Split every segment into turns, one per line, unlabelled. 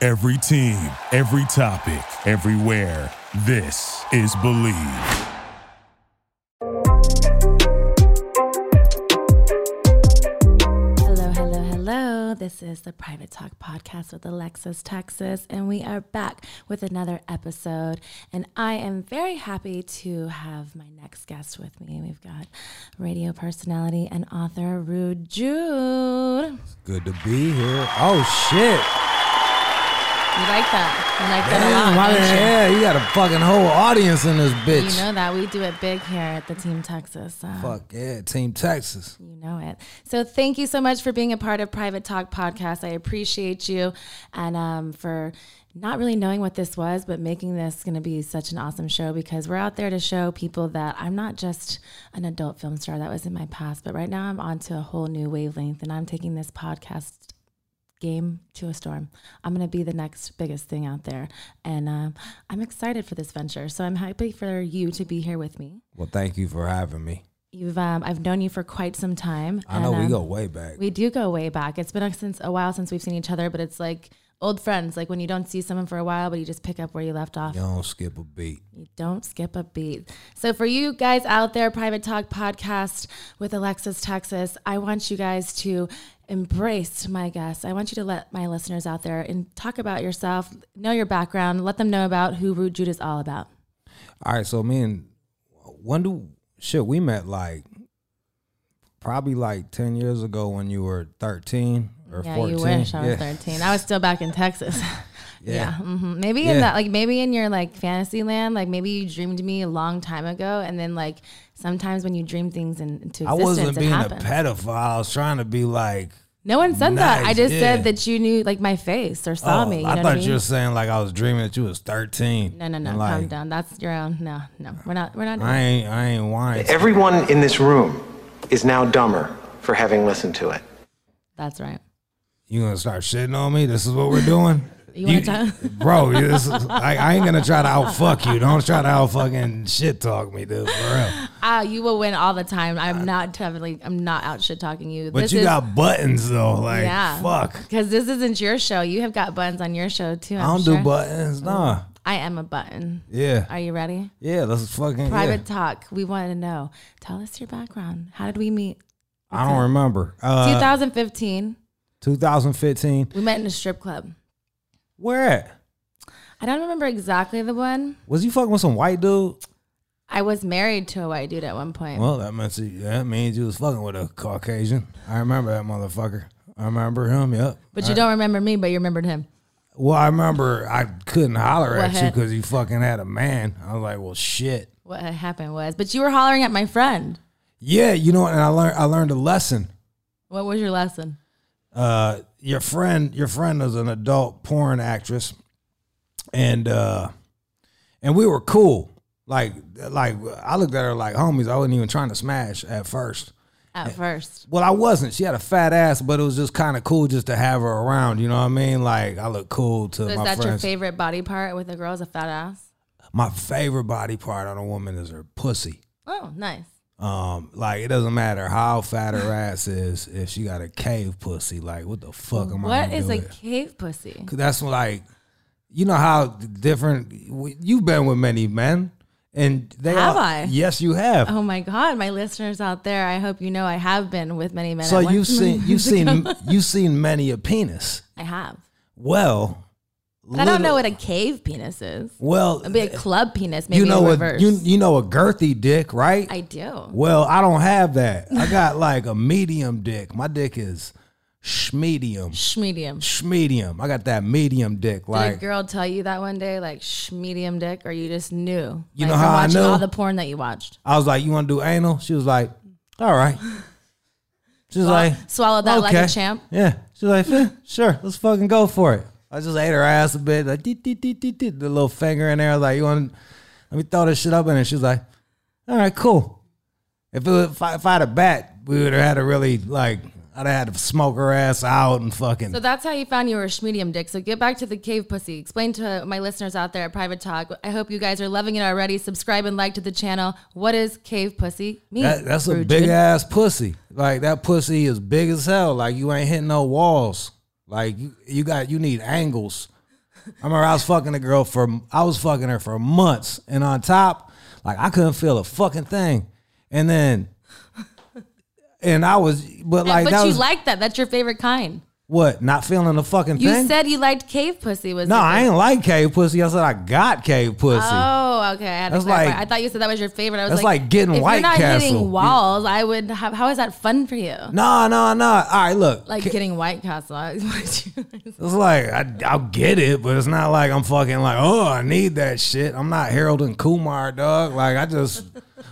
Every team, every topic, everywhere. This is Believe.
Hello, hello, hello. This is the Private Talk Podcast with Alexis Texas, and we are back with another episode. And I am very happy to have my next guest with me. We've got radio personality and author Rude Jude.
Good to be here. Oh shit!
You like that? You like
Damn, why the
that
hell? You got a fucking whole audience in this
a lot. don't
bitch.
You? you know that we do it big here at the Team Texas. so
Fuck yeah, Team Texas.
You know it. So thank you so much for being a part of Private Talk Podcast. I appreciate you and um, for not really knowing what this was, but making this going to be such an awesome show because we're out there to show people that I'm not just an adult film star that was in my past, but right now I'm onto a whole new wavelength and I'm taking this podcast game to a storm. I'm going to be the next biggest thing out there. And um I'm excited for this venture. So I'm happy for you to be here with me.
Well, thank you for having me.
You've, um, I've known you for quite some time.
I know
and,
we
um,
go way back.
we do go way back. It's been a, since a while since we've seen each other, but it's like old friends. Like when you don't see someone for a while, but you just pick up where you left off.
you don't skip a beat.
You don't skip a beat. So for you guys out there, Private Talk podcast with Alexis Texas, I want you guys to embrace my guests. I want you to let my listeners out there and talk about yourself, know your background, let them know about who Rude Jude is all about.
All right, so me and when do shit we met like probably like ten years ago when you were thirteen or
Yeah,
fourteen.
you wish I was
yeah.
13. I was still back in Texas. Yeah. hmm Maybe in
Yeah.
that, like, maybe in your like fantasy land, like maybe you dreamed me a long time ago, and then like sometimes when you dream things in, into existence,
I wasn't
it
being
happens.
a pedophile. I was trying to be like.
no one said that. I
Nice,
just
yeah.
said that you knew like my face or saw
oh,
me. You know
I thought
what I mean?
you were saying like I was dreaming that you was thirteen.
no, no, no. calm
And, like,
down. That's your own. No,
Uh,
no. We're not. We're not.
I ain't. I ain't whining.
Everyone in this room is now dumber for having listened to it.
that's right.
you gonna start shitting on me? This is what we're doing.
You wanna try-
bro? This is, I, I ain't gonna try to outfuck you. Don't try to out fucking shit talk me, dude. For real.
Ah, you will win all the time. I'm not definitely. I'm not out shit talking you.
Uh, But
this
you
is,
got buttons though. Like
Yeah.
fuck.
because this isn't your show. You have got buttons on your show too.
I
I'm
don't
sure.
do buttons. Nah.
I am a button.
Yeah.
Are you ready?
Yeah. Let's fucking.
Private
yeah.
talk. We want to know. Tell us your background. How did we meet?
I don't remember. Uh,
2015.
2015.
We met in a strip club.
Where at?
I don't remember exactly the one.
Was you fucking with some white dude?
I was married to a white dude at one point.
Well, that means that means you was fucking with a Caucasian. I remember that motherfucker. I remember him. Yep.
but you don't remember me, but you remembered him.
Well, I remember I couldn't holler
What
at you
hap-
because you fucking had a man. I was like, well, shit.
What had happened was, but you were hollering at my friend.
Yeah, you know, what? and I learned I learned a lesson.
What was your lesson?
Uh, your friend, your friend is an adult porn actress, and uh, and we were cool. Like, like I looked at her like homies. I wasn't even trying to smash at first.
At first,
Well, I wasn't. She had a fat ass, but it was just kind of cool just to have her around. You know what I mean? Like, I look cool to
so is
my
that your
friends.
favorite body part with a girl? Is a fat ass?
my favorite body part on a woman is her pussy.
Oh, nice.
Um, like it doesn't matter how fat her ass is, if she got a cave pussy, like what the fuck am I?
What
gonna
is
do
a
with-
cave pussy?
'Cause That's like, you know how different you've been with many men, and they
Have
all-
I?
Yes, you have.
Oh my God, my listeners out there, I hope you know I have been with many men.
so
at one-
you've seen you've seen you've seen many a penis.
I have.
Well,
But I don't know
little-
what a cave penis is.
Well,
It'd be a club penis, maybe
you know
in
what
reverse.
you you know a girthy dick, right?
I do.
Well, I don't have that. I got like a medium dick. My dick is schmedium.
Shh, medium.
Sh- medium. I got that medium dick.
Did a
Like,
girl tell you that one day, like shh, medium dick, or you just knew?
You
like,
know
from
how I
watching
know?
all the porn that you watched.
I was like, "You want to do anal?" She was like, "All right." She was like,
swallowed that like a
"Okay."
champ.
Yeah. She was like, "Eh, "Sure, let's fucking go for it." I just ate her ass a bit. Like, "Deet, deet, deet, deet, deet," the little finger in there. I was like, "You want? Let me throw this shit up in it." She was like, "All right, cool." If it was, if, I, if I had a bat, we would have had to really like. I'd have had to smoke her ass out and fucking.
So that's how you found you were a medium dick. So get back to the cave pussy. Explain to my listeners out there at Private Talk. I hope you guys are loving it already. Subscribe and like to the channel. What is cave pussy mean?
That, that's a
Rude
big
Jude?
ass pussy. Like that pussy is big as hell. Like you ain't hitting no walls. Like you, you got you need angles I remember I was fucking a girl for I was fucking her for months, and on top, like I couldn't feel a fucking thing, and then, and I was, but like
but
that
you
was
like that. That's your favorite kind.
what not feeling a fucking
You
thing.
said you liked cave pussy. Was
no,
it-
I ain't like cave pussy. I said I got cave pussy.
Oh, okay. I, had to
That's
clarify.
like-
I thought you said that was your favorite. I was
that's like getting
if
White
you're not
Castle.
hitting walls, I would have. How is that fun for you?
No, no, no. All right, look.
Like
Ca-
getting White Castle. I was like-
It's like I, I'll get it, but it's not like I'm fucking like, oh, I need that shit. I'm not Harold and Kumar, dog. Like I just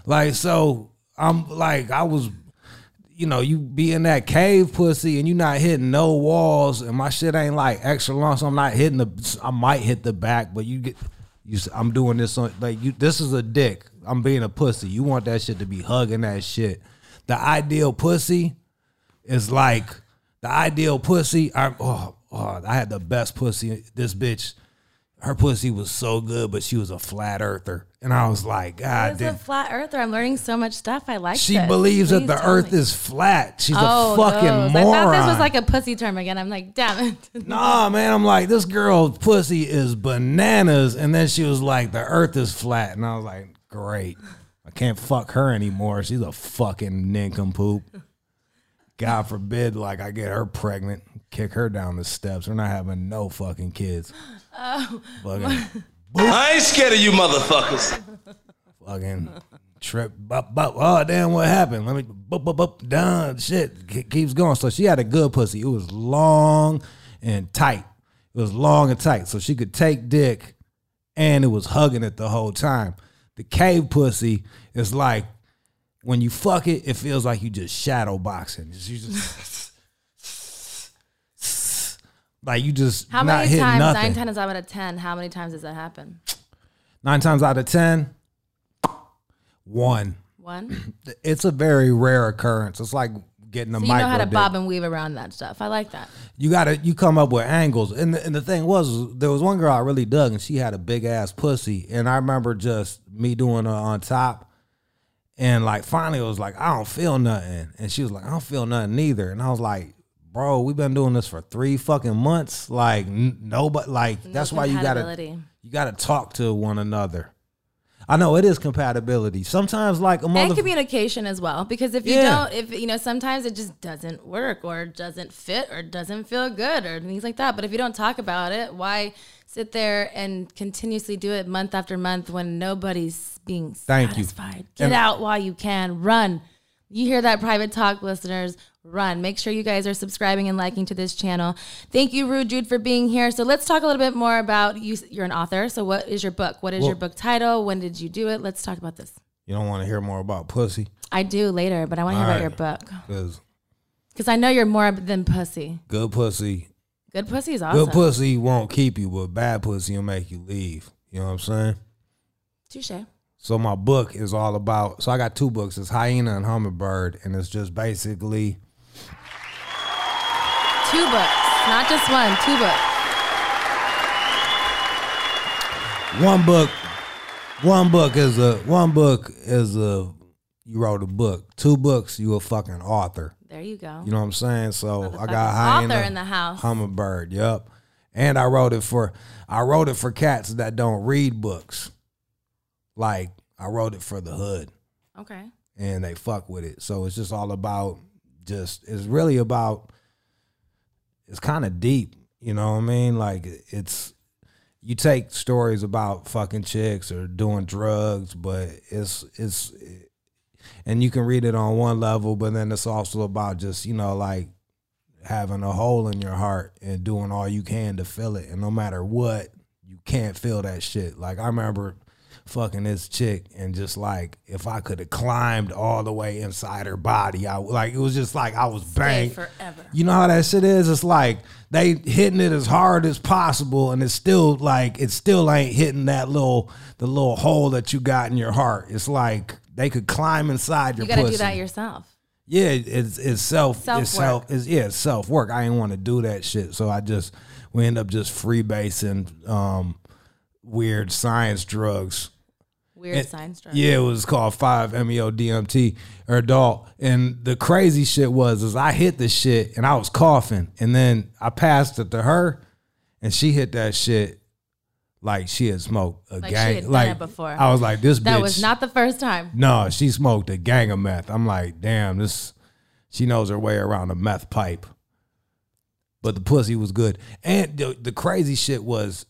like so I'm like I was, you know, you be in that cave pussy and you not hitting no walls, and my shit ain't like extra long, so I'm not hitting the. I might hit the back, but you get you. s- I'm doing this on like you. This is a dick. I'm being a pussy. You want that shit to be hugging that shit. The ideal pussy is like the ideal pussy. I oh, oh, I had the best pussy. This bitch, her pussy was so good, but she was a flat earther, and I was like, God,
As a
damn.
flat earther, I'm learning so much stuff. I like.
She
this.
believes
Please
that the
tell
earth
me.
is flat. She's
Oh,
a fucking
those.
moron.
I thought this was like a pussy term again. I'm like, damn it.
Nah, man, I'm like, this girl pussy is bananas. And then she was like, the earth is flat. And I was like, great. I can't fuck her anymore. She's a fucking nincompoop. God forbid, like, I get her pregnant, kick her down the steps. We're not having no fucking kids. Oh. Fucking,
I ain't scared of you motherfuckers.
fucking trip. Bup, bup. Oh, damn, what happened? Let me, bup, bup, bup, done. Shit ke- keeps going. So she had a good pussy. It was long and tight. It was long and tight. So she could take dick and it was hugging it the whole time. The cave pussy is like when you fuck it, it feels like you just shadow boxing. You just like you just
How
not
many
hitting
times?
nothing.
Nine, ten is out of ten. How many times does that happen?
Nine times out of ten, one.
One.
It's a very rare occurrence. It's like getting a
So you know
micro
how to
dick.
bob and weave around that stuff. I like that.
you gotta you come up with angles and the, and the thing was there was one girl i really dug and she had a big ass pussy and i remember just me doing her on top and like finally it was like i don't feel nothing and she was like i don't feel nothing either and i was like bro we've been doing this for three fucking months like n- nobody like that's why you gotta
compatibility.
you gotta talk to one another i know it is compatibility sometimes like a mother
and communication as well because if you
Yeah.
don't if you know sometimes it just doesn't work or doesn't fit or doesn't feel good or things like that but if you don't talk about it why sit there and continuously do it month after month when nobody's being
Thank you.
satisfied get out while you can run you hear that private talk listeners run make sure you guys are subscribing and liking to this channel thank you rude jude for being here so let's talk a little bit more about you you're an author so what is your book what is your
Well-
book title when did you do it let's talk about this
you don't want to hear more about pussy
I do later, but I want to hear about
All
your
right.
book
because
because I know you're more than pussy.
good pussy
Good pussy is
Good
awesome.
pussy won't keep you, but bad pussy will make you leave. You know what I'm saying?
Touche.
So my book is all about. So I got two books. It's Hyena and Hummingbird, and it's just basically
Two books, not just one. Two books.
one book. One book is a one book is a you wrote a book. Two books, you a fucking author.
There you go.
You know what I'm saying? So I
Motherfucking
got hyena,
author in the house.
hummingbird. Yep. And I wrote it for I wrote it for cats that don't read books. Like I wrote it for the hood.
okay.
and they fuck with it. So it's just all about just it's really about it's kind of deep, you know what I mean? Like it's you take stories about fucking chicks or doing drugs, but it's it's and you can read it on one level, but then it's also about just, you know, like having a hole in your heart and doing all you can to fill it. And no matter what, you can't feel that shit. Like I remember fucking this chick and just like if I could have climbed all the way inside her body, I like it was just like I was banged.
forever.
You know how that shit is? It's like they hitting it as hard as possible and it's still like it still ain't hitting that little the little hole that you got in your heart. It's like they could climb inside your
You got to
pussy.
do that yourself.
Yeah, it's it's self
Self-work.
it's self it's yeah, it's self work. I didn't want to do that shit. So I just we end up just freebasing um weird science drugs.
Weird sign struggle.
Yeah, it was called five E MEO DMT or adult. And the crazy shit was is I hit the shit and I was coughing and then I passed it to her and she hit that shit like she had smoked a
Like she
gang.
had done
like
it before.
I was like, this
That
bitch.
was not the first time.
No, she smoked a gang of meth. I'm like, damn, this. She knows her way around a meth pipe. But the pussy was good, and the, the crazy shit was,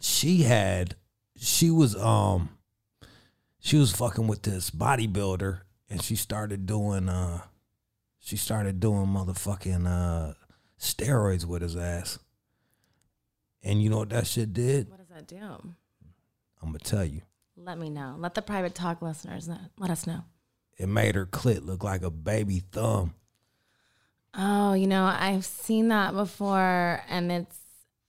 she had, she was um, she was fucking with this bodybuilder, and she started doing uh, she started doing motherfucking uh steroids with his ass. And you know what that shit did?
What does that do?
I'm gonna tell you.
Let me know. Let the private talk listeners know. Let us know.
It made her clit look like a baby thumb.
Oh, you know, I've seen that before, and it's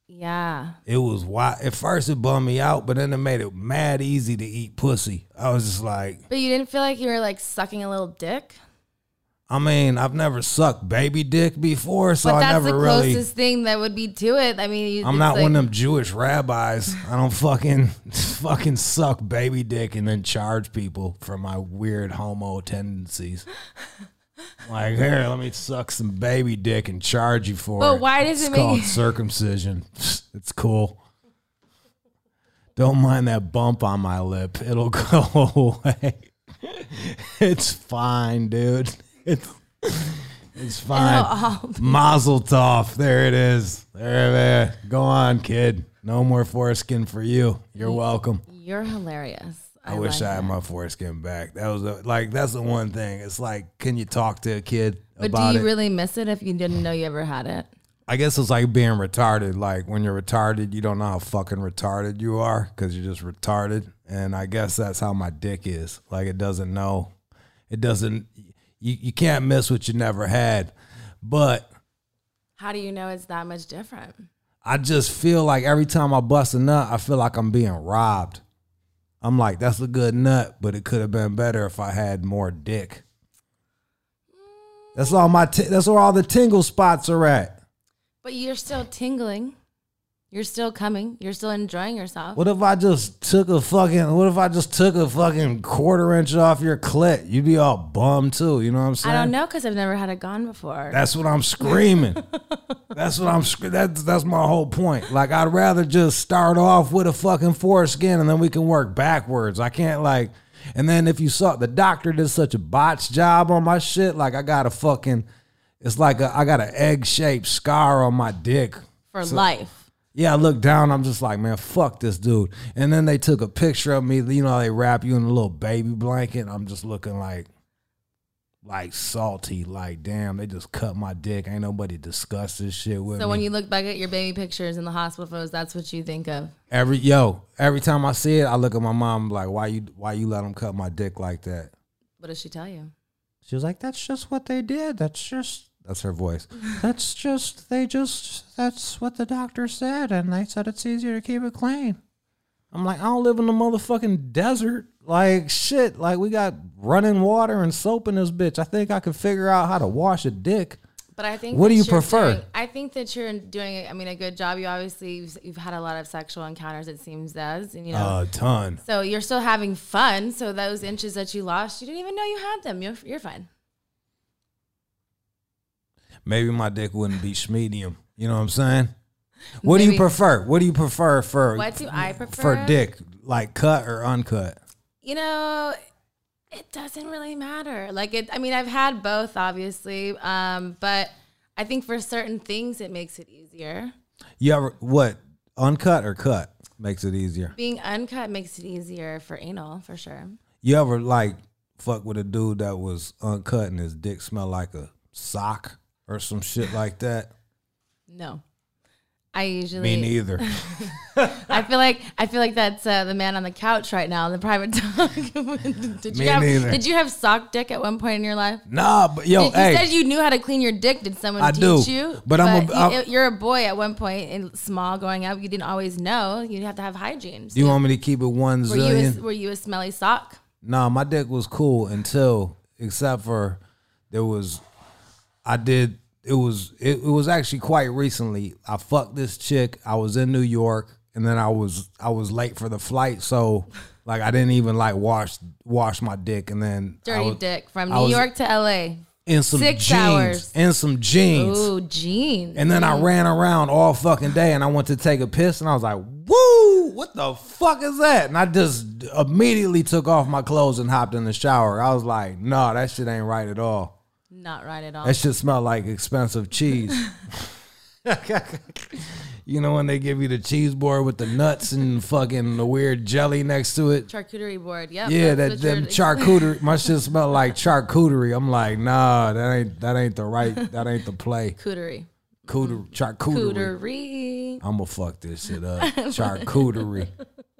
yeah.
It was wild. At first, it bummed me out, but then it made it mad easy to eat pussy. I was just like,
But you didn't feel like you were like sucking a little dick.
I mean, I've never sucked baby dick before, so
but
I
that's the
never really.
closest thing that would be to it. I mean, you,
I'm
it's
not
like,
one of them Jewish rabbis. I don't fucking fucking suck baby dick and then charge people for my weird homo tendencies. Like here, let me suck some baby dick and charge you for it.
But why does
it's
it make-
called circumcision? It's cool. Don't mind that bump on my lip. It'll go away. It's fine, dude. It's it's fine. Mazel tov. There it is. There, there. Go on, kid. No more foreskin for you. You're welcome.
You're hilarious.
I, wish
Mm. like
I had
that.
my foreskin back. That was a, like that's the one thing. It's like, can you talk to a kid
But
about
do you
it?
really miss it if you didn't know you ever had it?
I guess it's like being retarded. Like when you're retarded, you don't know how fucking retarded you are because you're just retarded. And I guess that's how my dick is. Like it doesn't know. It doesn't. You you can't miss what you never had. But
How do you know it's that much different?
I just feel like every time I bust a nut, I feel like I'm being robbed. I'm like, that's a good nut, but it could have been better if I had more dick. That's all my. T- that's where all the tingle spots are at.
But you're still tingling. You're still coming. You're still enjoying yourself.
What if I just took a fucking? What if I just took a fucking quarter inch off your clit? You'd be all bummed too. You know what I'm
I
saying?
don't know because I've never had it gone before.
That's what I'm screaming. that's what I'm. Sc- that's that's my whole point. Like I'd rather just start off with a fucking foreskin, and then we can work backwards. I can't like. And then if you saw the doctor did such a botched job on my shit, like I got a fucking. It's like a, I got an egg shaped scar on my dick.
for life.
Yeah, I look down. I'm just like, man, fuck this dude. And then they took a picture of me. You know, they wrap you in a little baby blanket. I'm just looking like, like salty. Like, damn, they just cut my dick. Ain't nobody discuss this shit with
So
me.
when you look back at your baby pictures in the hospital photos, that's what you think of.
every yo, every time I see it, I look at my mom like, why you, why you let them cut my dick like that?
What does she tell you?
She was like, that's just what they did. That's just. That's her voice. That's just, they just, that's what the doctor said. And they said it's easier to keep it clean. I'm like, I don't live in the motherfucking desert. Like, shit. Like, we got running water and soap in this bitch. I think I could figure out how to wash a dick.
But I think
What do
that
you
you're
prefer?
doing- I think that you're doing. I mean, a good job. You obviously you've, you've had a lot of sexual encounters. It seems as and you know.
ton.
so you're still having fun. So those inches that you lost, you didn't even know you had them. You're, you're fine.
Maybe my dick wouldn't be medium. You know what I'm saying? What do you
Maybe-
prefer? What do you prefer for
What do I prefer?
for dick? Like cut or uncut?
You know, it doesn't really matter. Like it. I mean, I've had both, obviously. Um, but I think for certain things, it makes it easier.
You ever what? Uncut or cut makes it easier.
Being uncut makes it easier for anal, for sure.
You ever like fuck with a dude that was uncut and his dick smelled like a sock or some shit like that?
No. I usually
Me neither.
I feel like I feel like that's uh, the man on the couch right now, the private dog. did you
Me
have
neither.
Did you have sock dick at one point in your life?
nah, but yo,
Did- you
hey,
said you knew how to clean your dick. Did someone
I
teach
do,
you?
but I'm a- I'm-
you, are a boy at one point and small growing up. You didn't always know. You have to have hygiene. So
you want me to keep it one
were you
zillion?
a, were you a smelly sock?
Nah, my dick was cool until except for there was I did it was it, it was actually quite recently. I fucked this chick. I was in New York and then I was I was late for the flight, so like I didn't even like wash wash my dick and then I
Dirty
was-
dick from
I
New
was-
York to L.A.
and some
Six
jeans
hours.
and some jeans.
Ooh, jeans.
And then I ran around all fucking day and I went to take a piss and I was like, woo, what the fuck is that? And I just immediately took off my clothes and hopped in the shower. I was like, no, that shit ain't right at all.
Not right at all.
That shit smelled like expensive cheese. you know when they give you the cheese board with the nuts and fucking the weird jelly next to it?
charcuterie board. Yep.
Yeah, that
that's what
them
you're-
charcuterie. My shit smelled like charcuterie. I'm like, nah, that ain't that ain't the right that ain't the play.
Cootery.
Cooter, charcuterie.
Cooterie.
I'm gonna fuck this shit up. Charcuterie.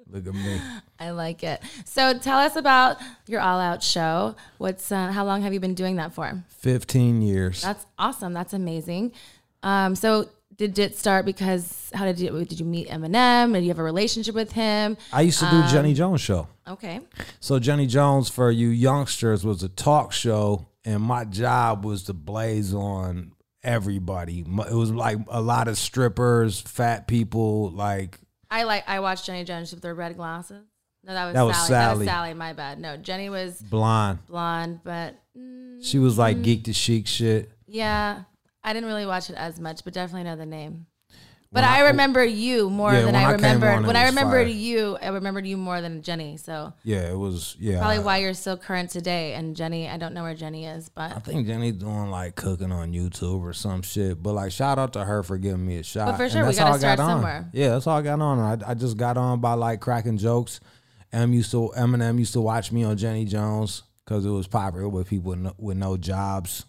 Look at me.
I like it. So tell us about your all out show. What's uh, how long have you been doing that for?
15 years.
That's awesome. That's amazing. Um, so did it start because how did you did you meet Eminem? Did you have a relationship with him?
I used to do Jenny Jones show.
Okay.
So Jenny Jones for you youngsters was a talk show, and my job was to blaze on everybody. M- It was like a lot of strippers, fat people, like
I like I watched Jenny Jones with her red glasses. No, that was,
That was
Sally. That was
Sally.
Sally. My bad. No, Jenny was
blonde.
blonde, but mm,
She was like geek to chic shit.
yeah, I didn't really watch it as much, but definitely know the name. But I, remember you more
Yeah,
than
when I
I
came
remembered
on, it
when I
was
remembered
fire.
you. I remembered you more than Jenny. So
Yeah, it was. Yeah,
probably why you're still current today. And Jenny, I don't know where Jenny is,
I
but
think Jenny's doing like cooking on YouTube or some shit. But like, shout out to her for giving me a shot.
But for
And
sure, we
that's
gotta
how I
start
got on.
somewhere.
Yeah, that's all I got on. I, I just got on by like cracking jokes. M used to Eminem used to watch me on Jenny Jones because it was popular with people with no, with no jobs,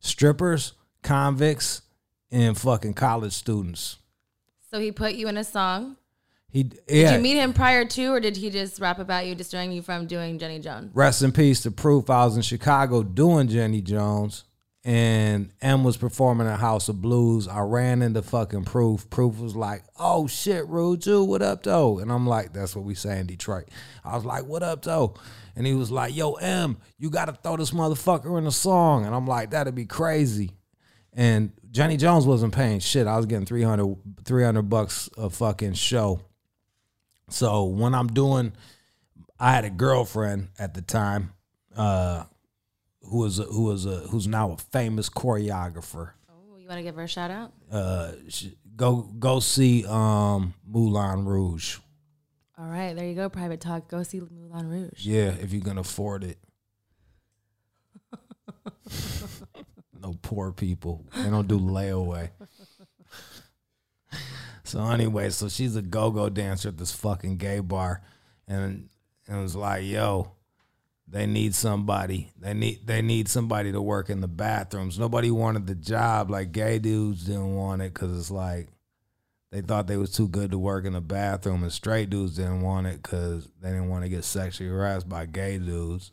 strippers, convicts, and fucking college students.
so he put you in a song.
He yeah.
Did you meet him prior to, or did he just rap about you, distracting you from doing Jenny Jones?
rest in peace to proof i was in chicago doing jenny jones and m was performing at house of blues i ran into fucking proof proof was like oh shit rude too what up though and i'm like that's what we say in detroit i was like what up though and he was like yo m you gotta throw this motherfucker in a song and i'm like that'd be crazy and Johnny Jones wasn't paying shit. I was getting 300, 300 bucks a fucking show. So when I'm doing, I had a girlfriend at the time, uh, who was a, who was a who's now a famous choreographer. Uh,
Oh, you want to give her a shout out?
She- Go go see um, Moulin Rouge.
All right, there you go. Private talk. Go see Moulin Rouge.
Yeah, if you can afford it. no poor people. They don't do layaway. so anyway, so she's a go-go dancer at this fucking gay bar, and and was like, yo. They need somebody. They need they need somebody to work in the bathrooms. Nobody wanted the job. Like gay dudes didn't want it because it's like they thought they was too good to work in the bathroom, and straight dudes didn't want it because they didn't want to get sexually harassed by gay dudes.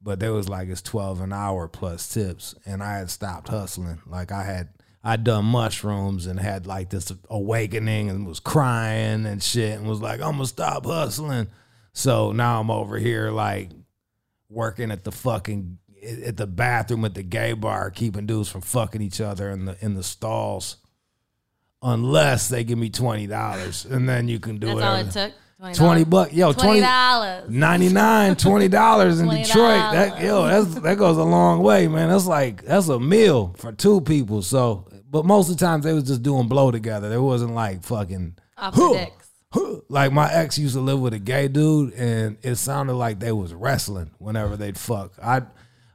But they was like it's twelve an hour plus tips, and I had stopped hustling. Like I had I done mushrooms and had like this awakening and was crying and shit, and was like I'm gonna stop hustling. So now I'm over here like working at the fucking at the bathroom at the gay bar, keeping dudes from fucking each other in the in the stalls unless they give me twenty dollars, and then you can do
That's all
whatever.
it took. $20.
Twenty bucks, yo,
Twenty
twenty
dollars.
ninety nine, twenty dollars in
$20.
Detroit. That yo, that's that goes a long way, man. That's like that's a meal for two people. So, but most of the times they was just doing blow together. There wasn't like fucking
Off the
Huh.
dicks.
like my ex used to live with a gay dude, and it sounded like they was wrestling whenever they'd fuck. I,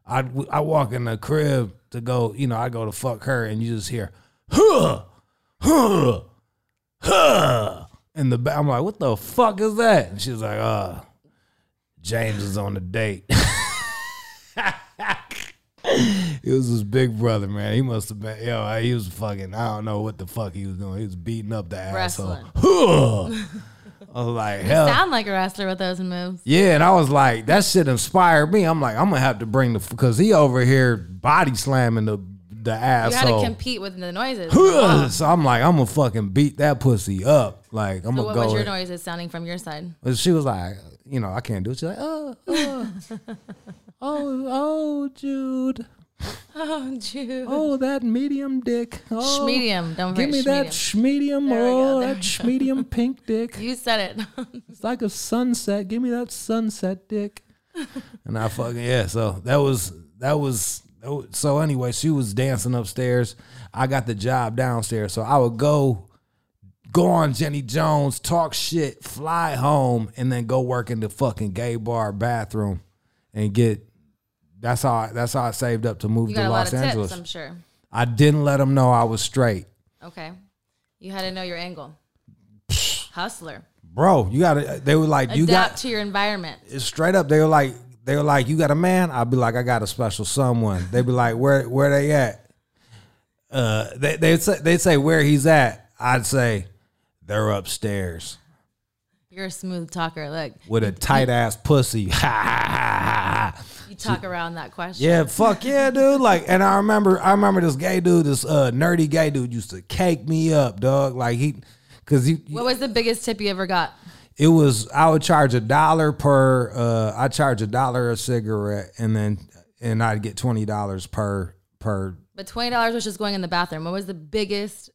I, I walk in the crib to go, you know, I go to fuck her, and you just hear, huh, huh, huh, in the back. I'm like, what the fuck is that? And she's like, uh, James is on a date. It was his big brother, man. He must have been, yo, he was fucking, I don't know what the fuck he was doing. He was beating up the
Wrestling.
asshole. I was like, hell.
Sound like a wrestler with those moves.
yeah, and I was like, that shit inspired me. I'm like, I'm gonna have to bring the, because he over here body slamming the, the
You had to
asshole.
compete with the noises.
so I'm like, I'm gonna fucking beat that pussy up. Like, I'm gonna
what
go.
was your
in-
noises sounding from your side?
But she was like, you know, I can't do it. She's like, oh, oh, oh, oh, Jude.
Oh, Jude.
Oh, that medium dick. Oh,
Schmedium. Don't
Give
forget
me that schmedium.
we go.
Oh,
There
that schmedium pink dick.
You said it.
It's like a sunset. Give me that sunset dick. and I fucking yeah. So that was that was oh, so anyway, she was dancing upstairs. I got the job downstairs, so I would go go on Jenny Jones, talk shit, fly home, and then go work in the fucking gay bar bathroom and get. That's how I, that's how I saved up to move
You
to
got a lot
Los
of
Angeles.
tips, I'm sure.
I didn't let them know I was straight.
Okay. You had to know your angle. Hustler.
Bro, you gotta. They were like, you
Adapt
got
to your environment.
it's straight up. They were like, they were like, you got a man? I'd be like, I got a special someone. They'd be like, where where they at? Uh, they they say they say where he's at. I'd say they're upstairs
You're a smooth talker. Look,
with a tight ass pussy. Ha, ha, ha, ha, ha.
you talk around that question.
yeah, fuck yeah, dude. Like, and I remember, I remember this gay dude, this uh nerdy gay dude, used to cake me up, dog. Like he, cause he,
What was the biggest tip you ever got?
it was I would charge a dollar per uh I charge a dollar a cigarette and then and I'd get twenty dollars per per
But twenty dollars was just going in the bathroom. What was the biggest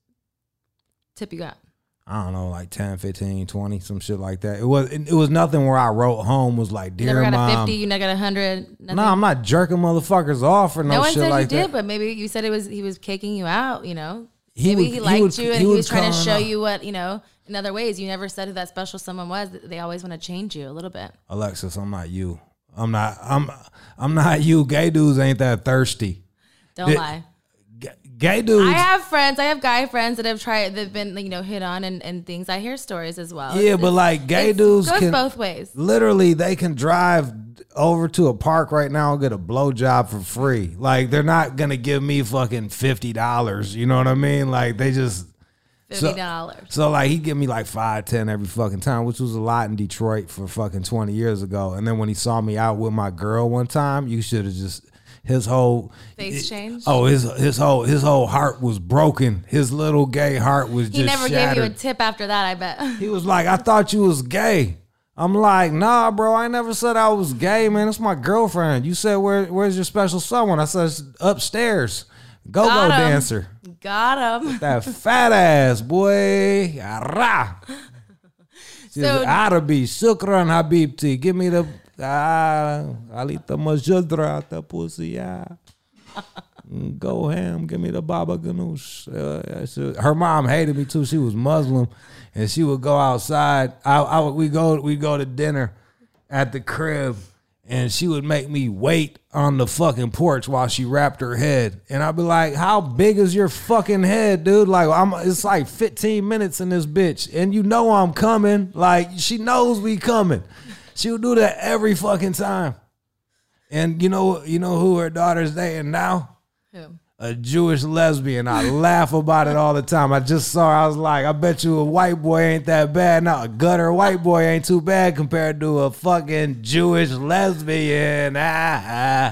tip you got?
I don't know, like 10, 15, 20, some shit like that. It was it was nothing where I wrote home was like,
You
dear
never got
mom.
a fifty. You never got a hundred.
no,
nothing?
nah, I'm not jerking motherfuckers off or no,
no one
shit
said
like
you did,
that.
but maybe you said it was he was kicking you out. You know,
He
maybe
would-
he
he
liked
would-
you
he
and he,
would
was trying to
come
show
out.
you what you know in other ways. You never said who that special someone was. They always want to change you a little bit.
Alexis, I'm not you. I'm not I'm I'm not you. Gay dudes ain't that thirsty.
Don't
Did-
lie.
Ga- Gay dudes
I have friends. I have guy friends that have tried. They've been you know hit on and, and things. I hear stories as well.
Yeah, but like gay
it
dudes
Uh, goes
can
both ways.
literally they can drive over to a park right now and get a blowjob for free. Like they're not gonna give me fucking fifty dollars. You know what I mean? Like they just
Fifty dollars.
so like he give me like five ten every fucking time, which was a lot in Detroit for fucking twenty years ago. And then when he saw me out with my girl one time, you should have just his whole
Face
it-
changed?
Oh, his his whole his whole heart was broken. His little gay heart was
he
just
never
shattered.
gave you a tip after that. I bet.
He was like, I thought you was gay. I'm like, nah, bro, I never said I was gay, man. It's my girlfriend. You said, Where, where's your special someone? I said, "It's upstairs. Go go
Got 'em.
dancer.
Got him.
That fat ass boy. Rah. She's
So-
Arabi, shukran habibti. Give me the ah, alita majudra, the pussy. Yeah. Mm, Go ham, give me the baba ganoush. Uh, yeah, she- her mom hated me too. She was Muslim, and she would go outside. I, I would, we go we go to dinner at the crib, and she would make me wait on the fucking porch while she wrapped her head. And I'd be like, "How big is your fucking head, dude? Like I'm, it's like 15 minutes in this bitch, and you know I'm coming. Like she knows we coming. She would do that every fucking time. And you know, you know who her daughter's dating now?
Who?
A Jewish lesbian. I laugh about it all the time. I just saw. her. I was like, I bet you a white boy ain't that bad. Now a gutter white boy ain't too bad compared to a fucking Jewish lesbian. Ah,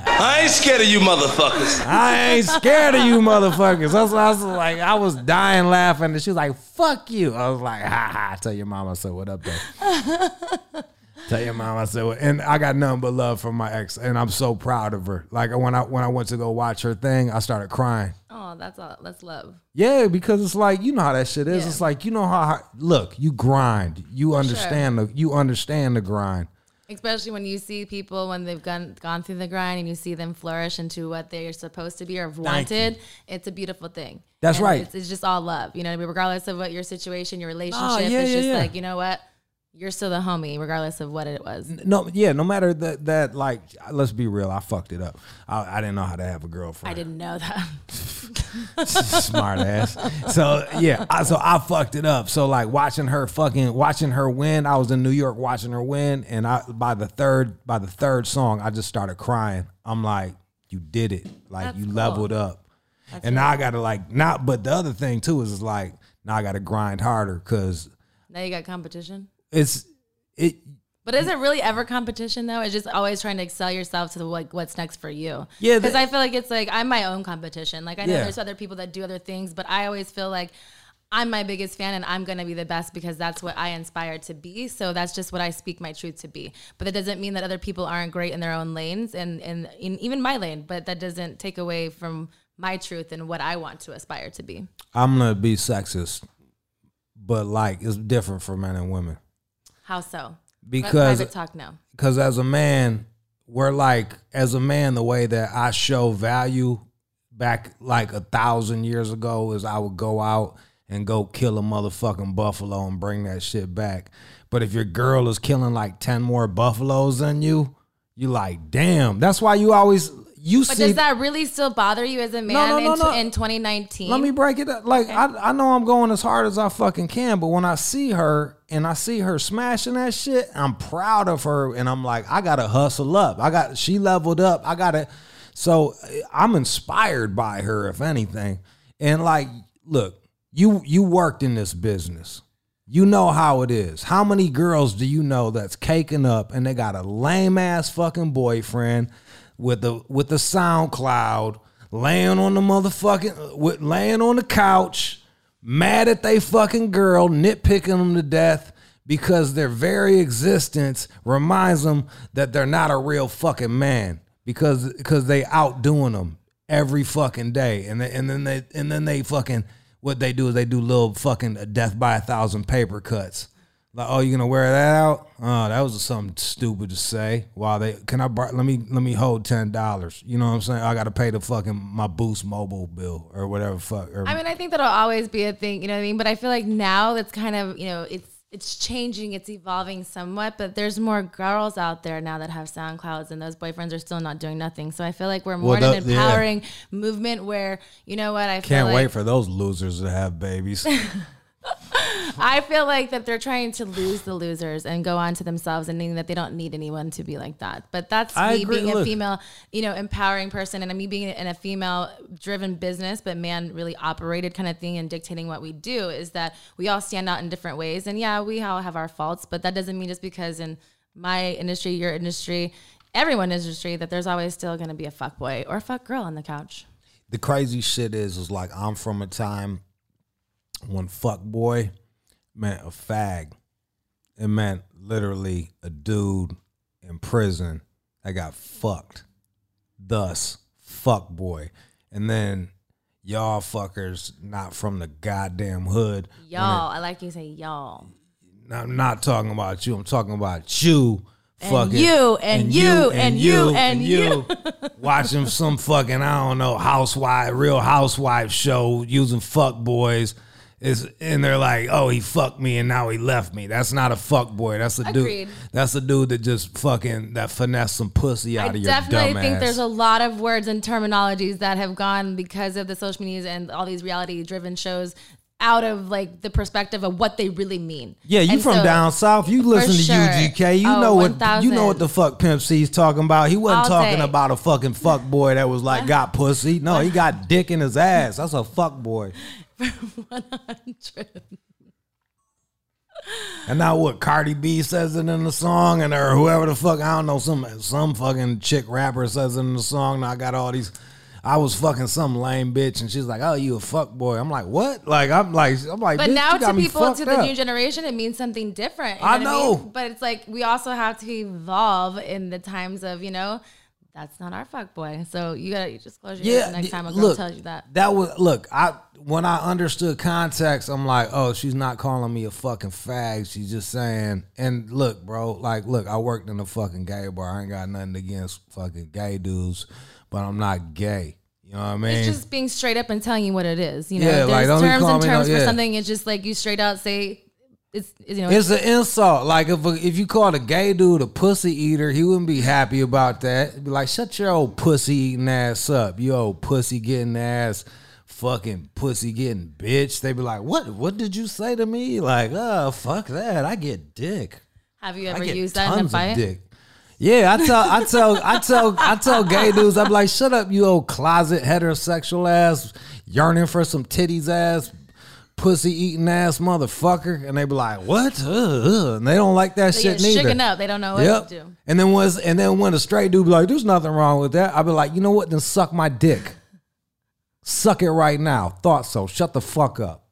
ah.
I ain't scared of you motherfuckers.
I ain't scared of you motherfuckers. That's why I was like, I was dying laughing, and she was like, "Fuck you." I was like, "Ha ha." Tell your mom I said what up though. Tell your mom I said what, and I got nothing but love from my ex, and I'm so proud of her. Like when I when I went to go watch her thing, I started crying.
Oh, that's all. That's love.
Yeah, because it's like you know how that shit is.
Yeah.
It's like you know how hard- look you grind, you understand the you understand the grind.
Especially when you see people when they've gone gone through the grind and you see them flourish into what they're supposed to be or have
Thank you.
wanted. It's a beautiful thing.
That's
And
right. Oh,
It's, it's just all love. You know, what I mean? regardless of what your situation, your relationship,
yeah,
it's
yeah,
just
yeah.
like you know what. You're still the homie, regardless of what it was.
No, yeah, no matter that that like let's be real, I fucked it up. I, I didn't know how to have a girlfriend.
I didn't know that.
smart ass. So yeah, I, so I fucked it up. So like watching her fucking watching her win. I was in New York watching her win, and I by the third by the third song, I just started crying. I'm like, you did it. Like
That's
you
cool.
leveled up. and now I gotta like not. But the other thing too is, is like now I gotta grind harder because
Now you got competition.
it's it.
But is it really ever competition though? It's just always trying to excel yourself to the, like what's next for you.
Yeah,
because
the-
I feel like it's like I'm my own competition. Like I know
Yeah.
there's other people that do other things, but I always feel like I'm my biggest fan and I'm gonna be the best because that's what I inspire to be. So that's just what I speak my truth to be. But that doesn't mean that other people aren't great in their own lanes and and in even my lane. But that doesn't take away from my truth and what I want to aspire to be.
I'm gonna be sexist, but like it's different for men and women
How so? But
because
private talk no.
because as a man, where like as a man, the way that I show value back like a thousand years ago is I would go out and go kill a motherfucking buffalo and bring that shit back. But if your girl is killing like ten more buffaloes than you, you like, damn. That's why you always you
But
see.
does that really still bother you as a man
no, no,
in,
no.
in 2019?
Let me break it up. Like I, I know I'm going as hard as I fucking can, but when I see her and I see her smashing that shit, I'm proud of her, and I'm like, I gotta hustle up. I got she leveled up. I gotta. So eh, I'm inspired by her, if anything. And like, look, you you worked in this business. You know how it is. How many girls do you know that's caking up and they got a lame ass fucking boyfriend with the with the SoundCloud laying on the motherfucking with laying on the couch, mad at they fucking girl, nitpicking them to death because their very existence reminds them that they're not a real fucking man because because they outdoing them every fucking day, and they, and then they and then they fucking what they do is they do little fucking death by a thousand paper cuts. Like, oh, you gonna wear that out? Oh, that was something stupid to say. While they can I bri- let me let me hold ten dollars. You know what I'm saying? I gotta pay the fucking my Boost mobile bill or whatever. Fuck. Or,
I mean, I think that'll always be a thing, you know what I mean? But I feel like now that's kind of, you know, it's it's changing, it's evolving somewhat, but there's more girls out there now that have SoundClouds and those boyfriends are still not doing nothing. So I feel like we're more
Well,
in an
that- yeah.
empowering movement where, you know what, I feel
can't
like,
wait for those losers to have babies.
I feel like that they're trying to lose the losers and go on to themselves and think that they don't need anyone to be like that. But that's
I
me
agree.
being a
Look.
female, you know, empowering person and me being in a female driven business, but man really operated kind of thing and dictating what we do is that we all stand out in different ways. And yeah, we all have our faults, but that doesn't mean just because in my industry, your industry, everyone's industry, that there's always still going to be a fuck boy or a fuck girl on the couch.
the crazy shit is is like I'm from a time when fuck boy meant a fag. It meant literally a dude in prison that got fucked. Thus, fuck boy. And then y'all fuckers not from the goddamn hood.
Y'all, I like you say y'all.
I'm not talking about you. I'm talking about you. Fucking
you, and you, and you, and
watching some fucking I don't know housewife, real housewife show using fuck boys. Is and they're like, oh, he fucked me and now he left me. That's not a fuck boy. That's a
Agreed.
dude. That's a dude that just fucking that finesse some pussy out
I
of your
definitely
dumb
think
ass.
there's a lot of words and terminologies that have gone because of the social medias and all these reality driven shows out of like the perspective of what they really mean.
Yeah, you
And
from
so
down south. You listen to
sure.
UGK. You
Oh,
know what
1000.
you know what the fuck Pimp C's talking about. He wasn't
All
talking
day.
about a fucking fuck boy that was like got pussy. No, he got dick in his ass. That's a fuck boy.
100.
And now what Cardi B says it in the song and or whoever the fuck I don't know some some fucking chick rapper says it in the song. Now I got all these I was fucking some lame bitch and she's like, "Oh, you a fuck boy." I'm like, "What?" Like I'm like I'm like,
But
"Bitch,
now
you got
to
me
people, to
fucked
the
up."
new generation, it means something different. You
I
what mean?
know.
But it's like we also have to evolve in the times of, you know, that's not our fuck boy. So you gotta just close your ears the next
d-
time a girl tells you that.
was look. I when I understood context, I'm like, oh, she's not calling me a fucking fag. She's just saying. And look, bro, like, look, I worked in a fucking gay bar. I ain't got nothing against fucking gay dudes, but I'm not gay. You know what I mean?
It's just being straight up and telling you what it is. You know,
Yeah,
there's
like, don't be
terms
calling
and
me no-
terms for
yeah.
something. It's just like you straight out say, it's you know,
It's an insult. Like if if you called a gay dude a pussy eater, he wouldn't be happy about that. He'd be like, shut your old pussy eating ass up, you old pussy getting ass, fucking pussy getting bitch. They'd be like, what? What did you say to me? Like, oh fuck that. I get dick.
Have you
I
ever
get
used that in a
tons
fight?
of dick. Yeah, I tell, I tell, I tell, I tell gay dudes, I'm like, shut up, you old closet heterosexual ass, yearning for some titties ass, pussy eating ass motherfucker, and they be like, what? Ugh, ugh. And they don't like that
They
shit
get
neither.
shaken up. They don't know what
Yep.
to do.
And then once, and then when a straight dude be like, there's nothing wrong with that, I be like, you know what? Then suck my dick. Suck it right now. Thought so. Shut the fuck up.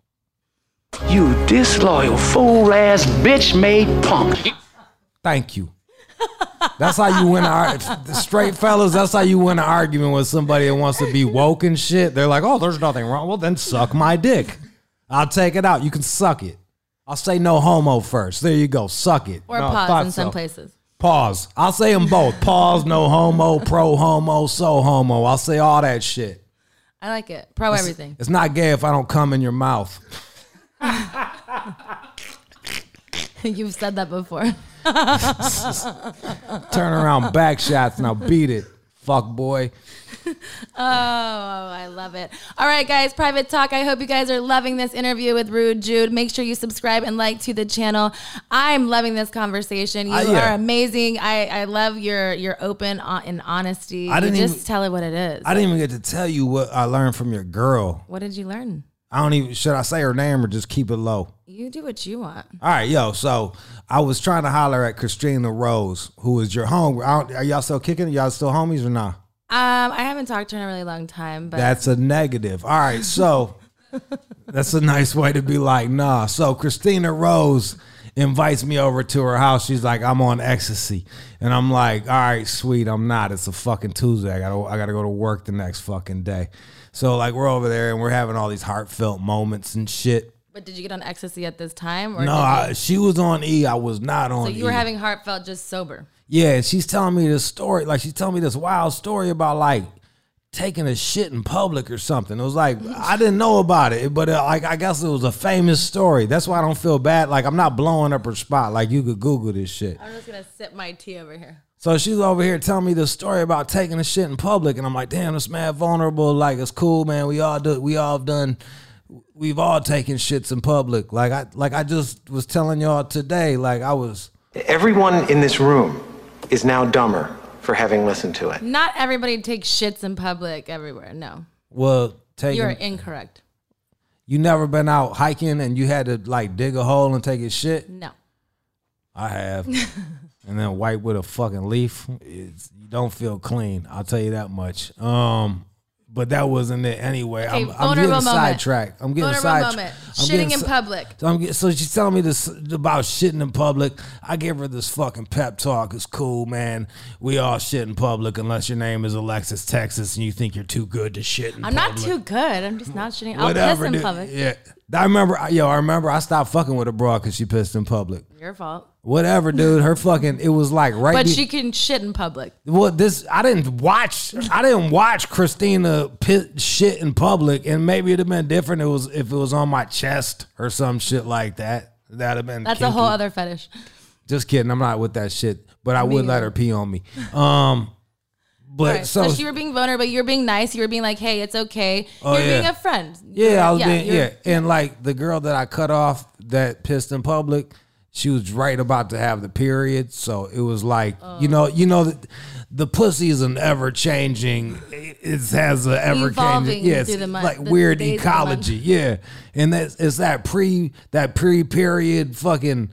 You disloyal fool ass bitch made punk.
Thank you. That's how you win an argument. Straight fellas, that's how you win an argument with somebody that wants to be woke and shit. They're like, oh, there's nothing wrong. Well, then suck my dick. I'll take it out. You can suck it. I'll say no homo first. There you go. Suck it.
Or
No,
pause
thought
in some
so.
places.
Pause. I'll say them both. Pause, no homo, pro homo, so homo. I'll say all that shit.
I like it. Pro everything.
It's not gay if I don't come in your mouth.
You've said that before.
Turn around back shots and I'll beat it. Fuck boy.
Oh, I love it. All right, guys, Private Talk. I hope you guys are loving this interview with Rude Jude. Make sure you subscribe and like to the channel. I'm loving this conversation. You
Uh, yeah.
are amazing. I, I love your your open uh, and honesty.
I didn't
you just
even-
tell it what it is.
I didn't even get to tell you what I learned from your girl.
what did you learn?
I don't even should I say her name or just keep it low?
You do what you want.
All right, yo. So I was trying to holler at Christina Rose, who is your home. I don't- Are y'all still kicking? Y'all still homies or not? Nah?
Um, I haven't talked to her in a really long time, but
That's a negative. All right, so that's a nice way to be like, nah. So Christina Rose invites me over to her house. She's like, I'm on ecstasy, and I'm like, all right, sweet, I'm not. It's a fucking Tuesday. I gotta, I gotta go to work the next fucking day. So like, we're over there and we're having all these heartfelt moments and shit.
but did you get on ecstasy at this time? Or
No,
did you-
I, she was on E. I was not on.
so you were
E.
having heartfelt just sober.
Yeah, and she's telling me this story. Like she's telling me this wild story about like taking a shit in public or something. It was like I didn't know about it, but uh, like I guess it was a famous story. That's why I don't feel bad. Like I'm not blowing up her spot. Like you could Google this shit.
I'm just gonna sip my tea over here.
So she's over here telling me this story about taking a shit in public, and I'm like, damn, this man vulnerable. Like it's cool, man. We all do. We all done. We've all taken shits in public. Like I like I just was telling y'all today. Like I was.
Everyone in this room is now dumber for having listened to it.
Not everybody takes shits in public everywhere. No,
Well, taking
you are incorrect.
You never been out hiking and you had to like dig a hole and take a shit?
No.
I have. and then wipe with a fucking leaf. It's, you don't feel clean. I'll tell you that much. Um, but that wasn't it anyway. I'm, I'm
vulnerable
getting
moment.
sidetracked. I'm getting
Vulnerable
sidetracked.
moment.
I'm
Shitting
getting
in
si-
public.
So, I'm get, so she's telling me this about shitting in public. I give her this fucking pep talk. It's cool, man. We all shit in public unless your name is Alexis Texas and you think you're too good to shit in
I'm
public.
not too good. I'm just not shitting. I'll
Whatever,
piss in
dude.
public.
Yeah. I remember, yo, I remember I stopped fucking with a broad because she pissed in public.
Your fault.
Whatever, dude. Her fucking, it was like right.
But
be-
she can shit in public.
well, this I didn't watch. I didn't watch Christina pit shit in public, and maybe it'd have been different. It was if it was on my chest or some shit like that. That'd have been.
That's a
kinky.
whole other fetish.
Just kidding. I'm not with that shit. But I would let her pee on me. Um, but
Right.
so,
So, you were being vulnerable. You were being nice. You were being like, "Hey, it's okay." you're
Oh, yeah.
being a friend.
Yeah, I was being,
you're-
yeah. And like the girl that I cut off that pissed in public, she was right about to have the period. So it was like, you know, you know, the, the pussy is an ever changing, it has an ever
Evolving
changing, yes,
through the month-
like
the
weird
days of the month.
ecology. Yeah. And that's, it's that pre, that pre period fucking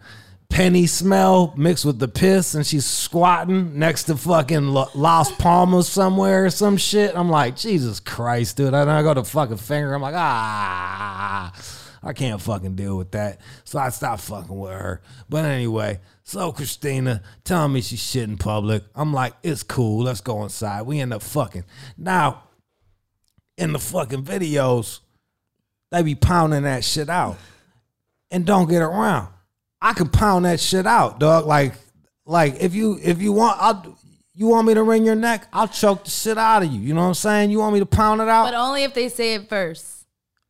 penny smell mixed with the piss. And she's squatting next to fucking Lo- Las Palmas somewhere or some shit. I'm like, Jesus Christ, dude. And I go to fucking finger. I'm like, ah, I can't fucking deal with that. So I stopped fucking with her. But anyway, so Christina telling me she's shit in public. I'm like, it's cool. Let's go inside. We end up fucking. Now, in the fucking videos, they be pounding that shit out. And don't get around. I could pound that shit out, dog. Like, like if you if you want, I'll you want me to wring your neck, I'll choke the shit out of you. You know what I'm saying? You want me to pound it out?
But uh, only if they say it first.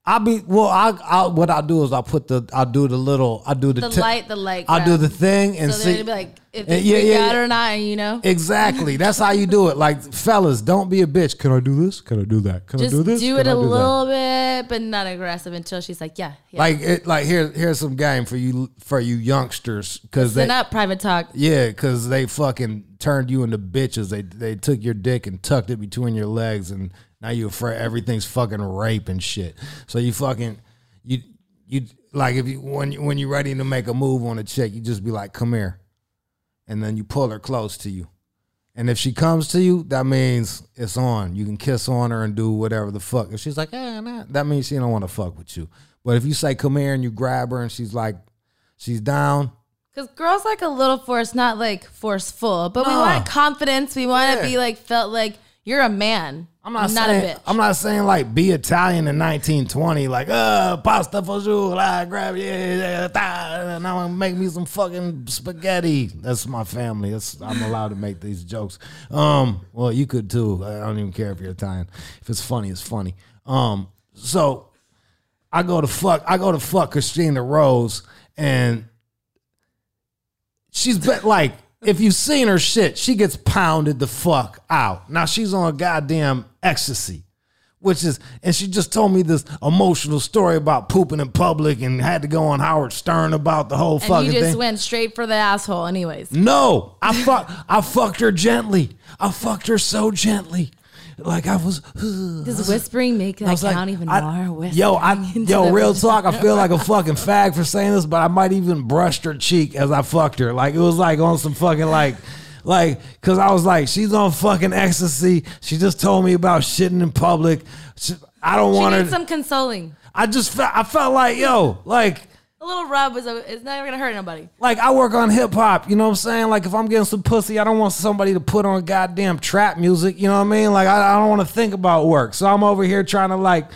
I'll be well. I, I what I'll do is I'll put the I'll do the little I'll do the,
The
tip-
light, the light.
I'll do
grab.
the thing and
so
see.
they're gonna be like, if
Yeah,
they
yeah,
freak
yeah,
out
yeah.
or not, and you know,
Exactly. That's how you do it. Like, fellas, don't be a bitch. Can I do this? Can I do that? Can
just
I do
do,
this?
it
Can I
a
do that?
little bit, but not aggressive until she's like, "Yeah, yeah."
Like, it, like here, here's some game for you for you youngsters because they
Listen up, private talk.
yeah because they fucking turned you into bitches. They they took your dick and tucked it between your legs, and now you afraid everything's fucking rape and shit. So you fucking you you like if you when you, when you're ready to make a move on a chick, you just be like, come here, and then you pull her close to you. And if she comes to you, that means it's on. You can kiss on her and do whatever the fuck. If she's like, eh, nah, that means she don't want to fuck with you. But if you say, come here, and you grab her, and she's like, she's down,
Because girls like a little force, not like forceful, but we want confidence. We want to be like felt like you're a man.
I'm not,
Not a
saying,
bitch.
I'm not saying like be Italian in 1920, like uh pasta fagioli, I grab yeah, yeah, yeah, and I'm gonna make me some fucking spaghetti. That's my family. That's I'm allowed to make these jokes. Um, well, you could too. I don't even care if you're Italian. If it's funny, it's funny. Um, so I go to fuck. I go to fuck Christina Rose, and she's been like, if you've seen her shit, she gets pounded the fuck out. Now she's on goddamn ecstasy, which is, and she just told me this emotional story about pooping in public and had to go on Howard Stern about the whole
And
fucking
you just
thing.
went straight for the asshole, anyways.
No, I fuck, I fucked her gently. I fucked her so gently, like I was.
Does whispering make
I
like,
was like,
count even
I-
more? Whispering
Yo, I
into
yo,
the-
real talk. I feel like a fucking fag for saying this, but I might even brushed her cheek as I fucked her. Like it was like on some fucking like. Like, cause I was like, she's on fucking ecstasy. She just told me about shitting in public. She- I don't
She
want her.
needs some consoling.
I just felt. I felt like, yo, like,
A little rub is a, it's never gonna hurt nobody.
like I work on hip hop, you know what I'm saying? Like if I'm getting some pussy, I don't want somebody to put on goddamn trap music, you know what I mean? Like I, I don't want to think about work. So I'm over here trying to like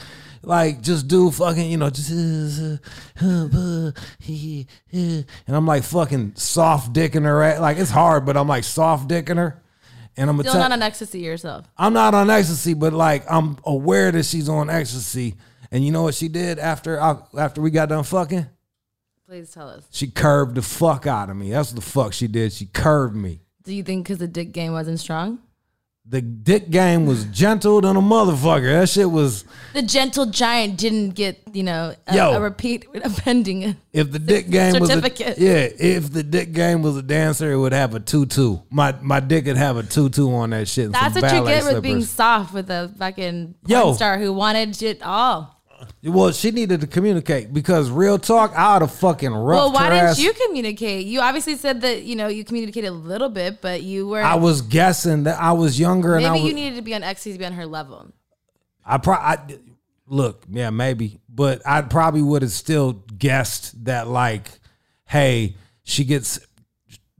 like just do fucking, you know, just uh, uh, uh, he- he- uh, and I'm like fucking soft dicking her at, like it's hard, but I'm like soft dicking her. And I'm gonna
Still
tell-
not on ecstasy yourself.
I'm not on ecstasy, but like I'm aware that she's on ecstasy. And you know what she did after I, after we got done fucking?
Please tell us.
She curved the fuck out of me. That's what the fuck she did. She curved me.
Do you think because the dick game wasn't strong?
The dick game was gentle than a motherfucker. That shit was.
The gentle giant didn't get, you know, a,
Yo.
a repeat offending.
If the dick game was a,
Certificate.
yeah, if the dick game was a dancer, it would have a tutu. My my dick would have a tutu on that shit. and
That's
some
what you
ballet
get with being
slippers.
soft with a fucking
Yo.
porn star who wanted it all.
Well, she needed to communicate because real talk, I would have fucking
Well,
roughed
why
her
didn't
ass.
you communicate? You obviously said that, you know, you communicated a little bit, but you were
I was guessing that I was younger and I
maybe
was,
you needed to be on ecstasy to be on her level.
I probably I, look, yeah, maybe, but I probably would have still guessed that like, hey, she gets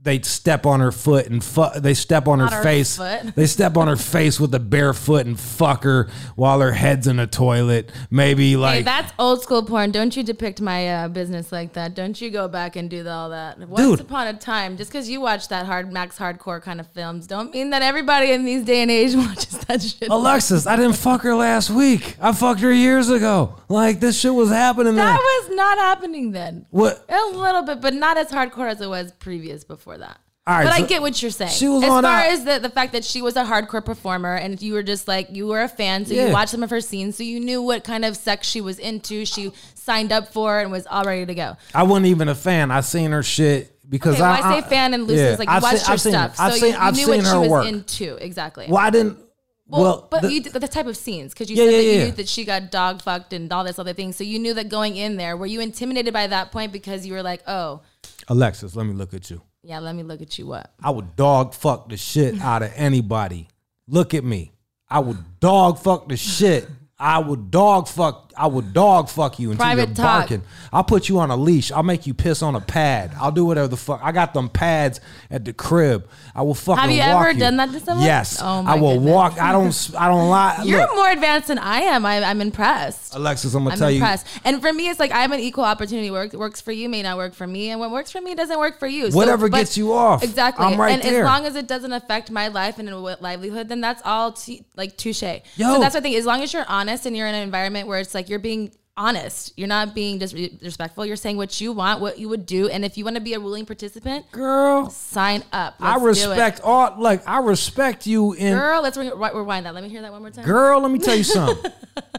they step on her foot and fu- they step on her,
Not her
face.
foot.
They step on her face with a bare foot and fuck her while her head's in a toilet. Maybe
Hey,
like
that's old school porn. Don't you depict my uh, business like that. Don't you go back and do all that. Once
Dude.
upon a time, just because you watch that hard max hardcore kind of films, don't mean that everybody in these day and age watches that shit.
Alexis, I didn't fuck her last week. I fucked her years ago. Like this shit was happening.
that
then.
was not happening then.
what?
A little bit, but not as hardcore as it was previous before that.
All right,
but I
so
get what you're saying.
she was
as
on
far
a-
as the, the fact that she was a hardcore performer and you were just like you were a fan, so
Yeah.
you watched some of her scenes, so you knew what kind of sex she was into, she signed up for and was all ready to go.
I wasn't even a fan. I seen her shit because
Okay,
I,
well, I say
I-
fan and loose
yeah,
is like you
I've
watched
seen-
her
I've seen
stuff,
I've
so
seen,
you, you
I've
knew
seen
what she
her
was
work.
into exactly.
Well, I didn't.
Well,
Well,
but
the-
you did the type of scenes because you
Yeah,
said
yeah,
that you
yeah.
knew that she got dog fucked and all this other thing. So you knew that going in there, were you intimidated by that point because you were like, oh
Alexis, let me look at you.
yeah, let me look at you. What?
I would dog fuck the shit out of anybody. Look at me. I would dog fuck the shit. I would dog fuck. I would dog fuck you until
Private
you're
talk.
barking. I'll put you on a leash. I'll make you piss on a pad. I'll do whatever the fuck. I got them pads at the crib. I will fucking.
you
walk
ever done that to someone?
Yes.
Oh my
I will
goodness.
walk. I don't. s- I don't lie.
You're
Look,
more advanced than I am. I, I'm impressed.
Alexis, I'm gonna
I'm
tell
impressed. And for me, it's like I'm an equal opportunity. Work works for you may not work for me, and what works for me doesn't work for you. So-
Whatever
but-
gets you off,
Exactly.
I'm right
and
there.
as long as it doesn't affect my life and what livelihood, then that's all t- like touche.
Yo.
So that's the thing. As long as you're honest and you're in an environment where it's like you're being honest, you're not being disrespectful. You're saying what you want, what you would do, and if you want to be a willing participant,
you, girl.
sign up.
I
Let's do it.
respect all. Like I respect you in
Girl, let's re- re- rewind that. Let me hear that one more time.
Girl, let me tell you something.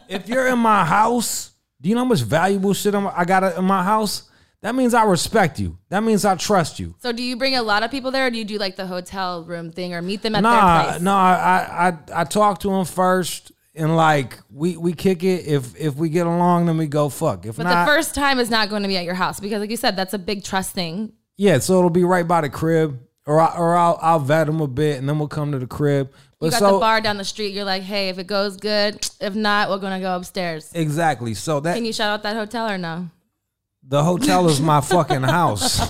if you're in my house, do you know how much valuable shit I'm, I got in my house? That means I respect you. That means I trust you.
So do you bring a lot of people there, or do you do like the hotel room thing, or meet them at their
Nah,
place?
no, I, I I talk to him first, and like we we kick it. If if we get along, then we go fuck. If
But
not,
the first time is not going to be at your house because, like you said, that's a big trust thing.
yeah. So it'll be right by the crib, or I, or I'll, I'll vet him a bit, and then we'll come to the crib. But
You got
so
the bar down the street. You're like, hey, if it goes good, if not, we're going to go upstairs.
exactly. So that
Can you shout out that hotel or no?
The hotel is my fucking house.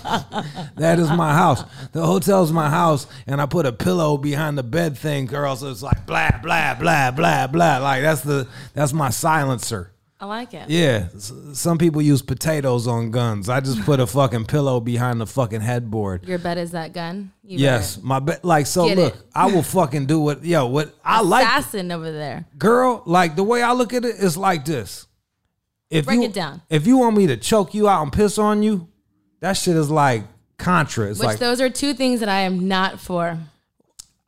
that is my house. The hotel is my house, and I put a pillow behind the bed thing, girl. So it's like blah blah blah blah blah. Like that's the that's my silencer.
I like it.
Yeah, s- some people use potatoes on guns. I just put a fucking pillow behind the fucking headboard.
Your bet is that gun. You
Yes,
better-
my be- like so.
Get
look,
it.
I will fucking do what yo what I like,
assassin over there.
girl. Like the way I look at it is like this. If
Break
you,
it down.
If you want me to choke you out and piss on you, that shit is like contra. It's
Which
like
those are two things that I am not for.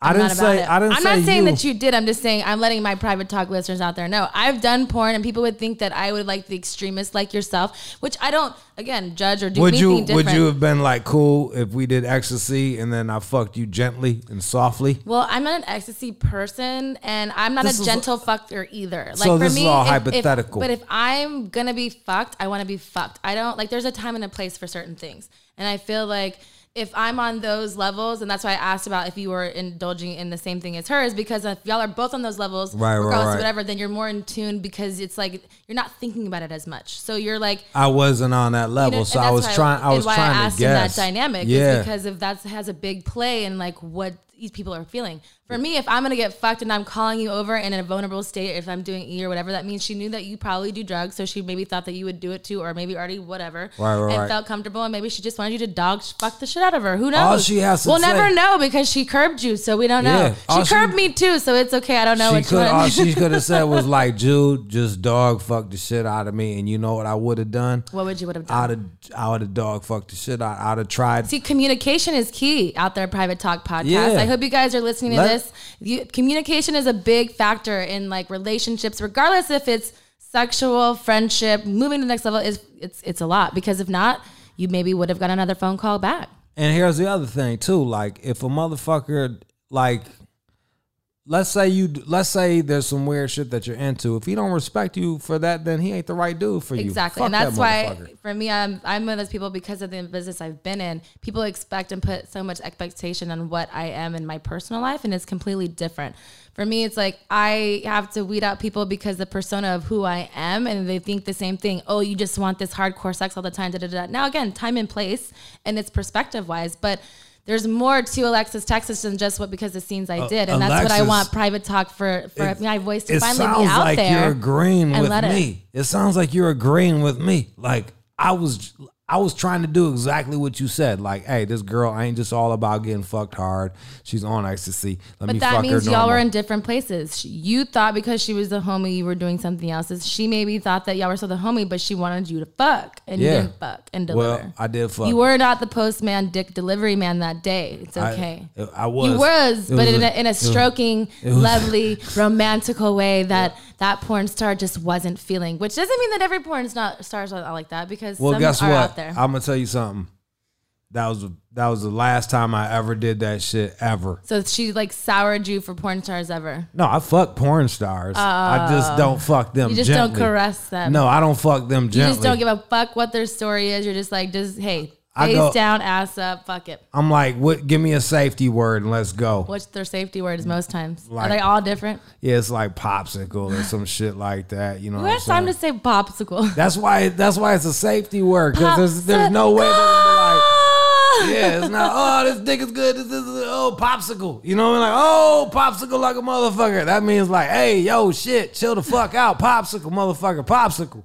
I
I'm
didn't
not about
say
it.
I didn't.
I'm
say
not saying that you did. I'm just saying I'm letting my private talk listeners out there know. I've done porn, and people would think that I would like the extremists like yourself, which I don't. Again, judge or do
Would
anything
you
different.
would you have been like cool if we did ecstasy and then I fucked you gently and softly?
Well, I'm not an ecstasy person, and I'm not
This
a
is-
gentle fucker either. Like
So
for
this is
me,
all
if- if-
hypothetical.
but if I'm gonna be fucked, I want to be fucked. I don't like. There's a time and a place for certain things, and I feel like if I'm on those levels, and that's why I asked about if you were indulging in the same thing as hers, because if y'all are both on those levels,
Right, right,
regardless
right.
of whatever, then you're more in tune because it's like you're not thinking about it as much. So you're like
I wasn't on that
you
level,
know,
so
and
I
that's
was
why
trying. I
and
was
why
trying
I
to
asked in
guess
that dynamic
Yeah,
is because if that has a big play and like what these people are feeling. For me, if I'm gonna get fucked and I'm calling you over and in a vulnerable state, if I'm doing E or whatever, that means she knew that you probably do drugs, so she maybe thought that you would do it too, or maybe already whatever,
Right, right,
and
right.
felt comfortable, and maybe she just wanted you to dog sh- fuck the shit out of her. Who knows?
All she has to
we'll
say-
never know because she curbed you, so we don't
Yeah,
know.
all
she
she-
curbed me too, so it's okay. I don't know
she
which
could.
one.
All she could have said was like, "Jude, just dog fucked the shit out of me," and you know what I would have done?
what would you would have done?
I'd have, I would have dog fucked the shit out. I'd have tried.
See, communication is key out there, Private Talk podcast.
Yeah.
I hope you guys are listening to
Let-
this. You, communication is a big factor in like relationships, regardless if it's sexual, friendship, moving to the next level. Is it's it's a lot because if not, you maybe would have got another phone call back.
And here's the other thing too. Like, if a motherfucker, like, let's say you, let's say there's some weird shit that you're into. If he don't respect you for that, then he ain't the right dude for you.
Exactly.
Fuck
and that's
that
why
motherfucker.
for me I'm I'm one of those people because of the business I've been in, people expect and put so much expectation on what I am in my personal life and it's completely different. For me it's like I have to weed out people because the persona of who I am and they think the same thing. Oh, you just want this hardcore sex all the time. Da, da, da. da. Now again, time and place and it's perspective wise, but there's more to Alexis Texas than just what because the scenes I did, and that's what I
Uh, Alexis-
want private talk for for
It-
my voice to
it
finally
sounds
be out
like
there.
You're agreeing
and
with
let it.
me. It. sounds like you're agreeing with me. Like I was, I was trying to do exactly what you said. Like, hey, this girl ain't just all about getting fucked hard. She's on ecstasy. Let me
But that
fuck
means
her
y'all
normal.
were in different places. Sh- You thought because she was the homie, you were doing something else. Is- She maybe thought that y'all were still the homie, but she wanted you to fuck, and
Yeah.
you didn't fuck and deliver.
Well, I did fuck.
you were not the postman, dick delivery man that day. It's
I- uh,
okay.
I was.
You was,
It
but
was
in,
a-
a, in a
it was-
stroking,
was-
lovely, romantical way that that porn star just wasn't feeling. Which doesn't mean that every porn star stars are like that because
Well,
some
guess
are
what?
out there.
I'm gonna tell you something. That was that was the last time I ever did that shit ever.
so she like soured you for porn stars ever.
No, I fuck porn stars. I just don't fuck them.
Oh. You just
gently.
don't caress them.
No, I don't fuck them gently.
You just don't give a fuck what their story is. You're just like, just hey,
I
face
go-
down, ass up, fuck it.
I'm like, what? Give me a safety word and let's go.
What's their safety words most times?
Like-
Are they all different?
Yeah, it's like popsicle or some shit like that. You know,
Who
what I'm
has time to
saying?
say popsicle?
That's why. That's why it's a safety word because there's there's no way. They're gonna be like,
Ah!
yeah, it's not. Oh, this dick is good. This is oh popsicle. You know, what I mean? like oh popsicle like a motherfucker. That means like, hey, yo, shit, chill the fuck out, popsicle, motherfucker, popsicle.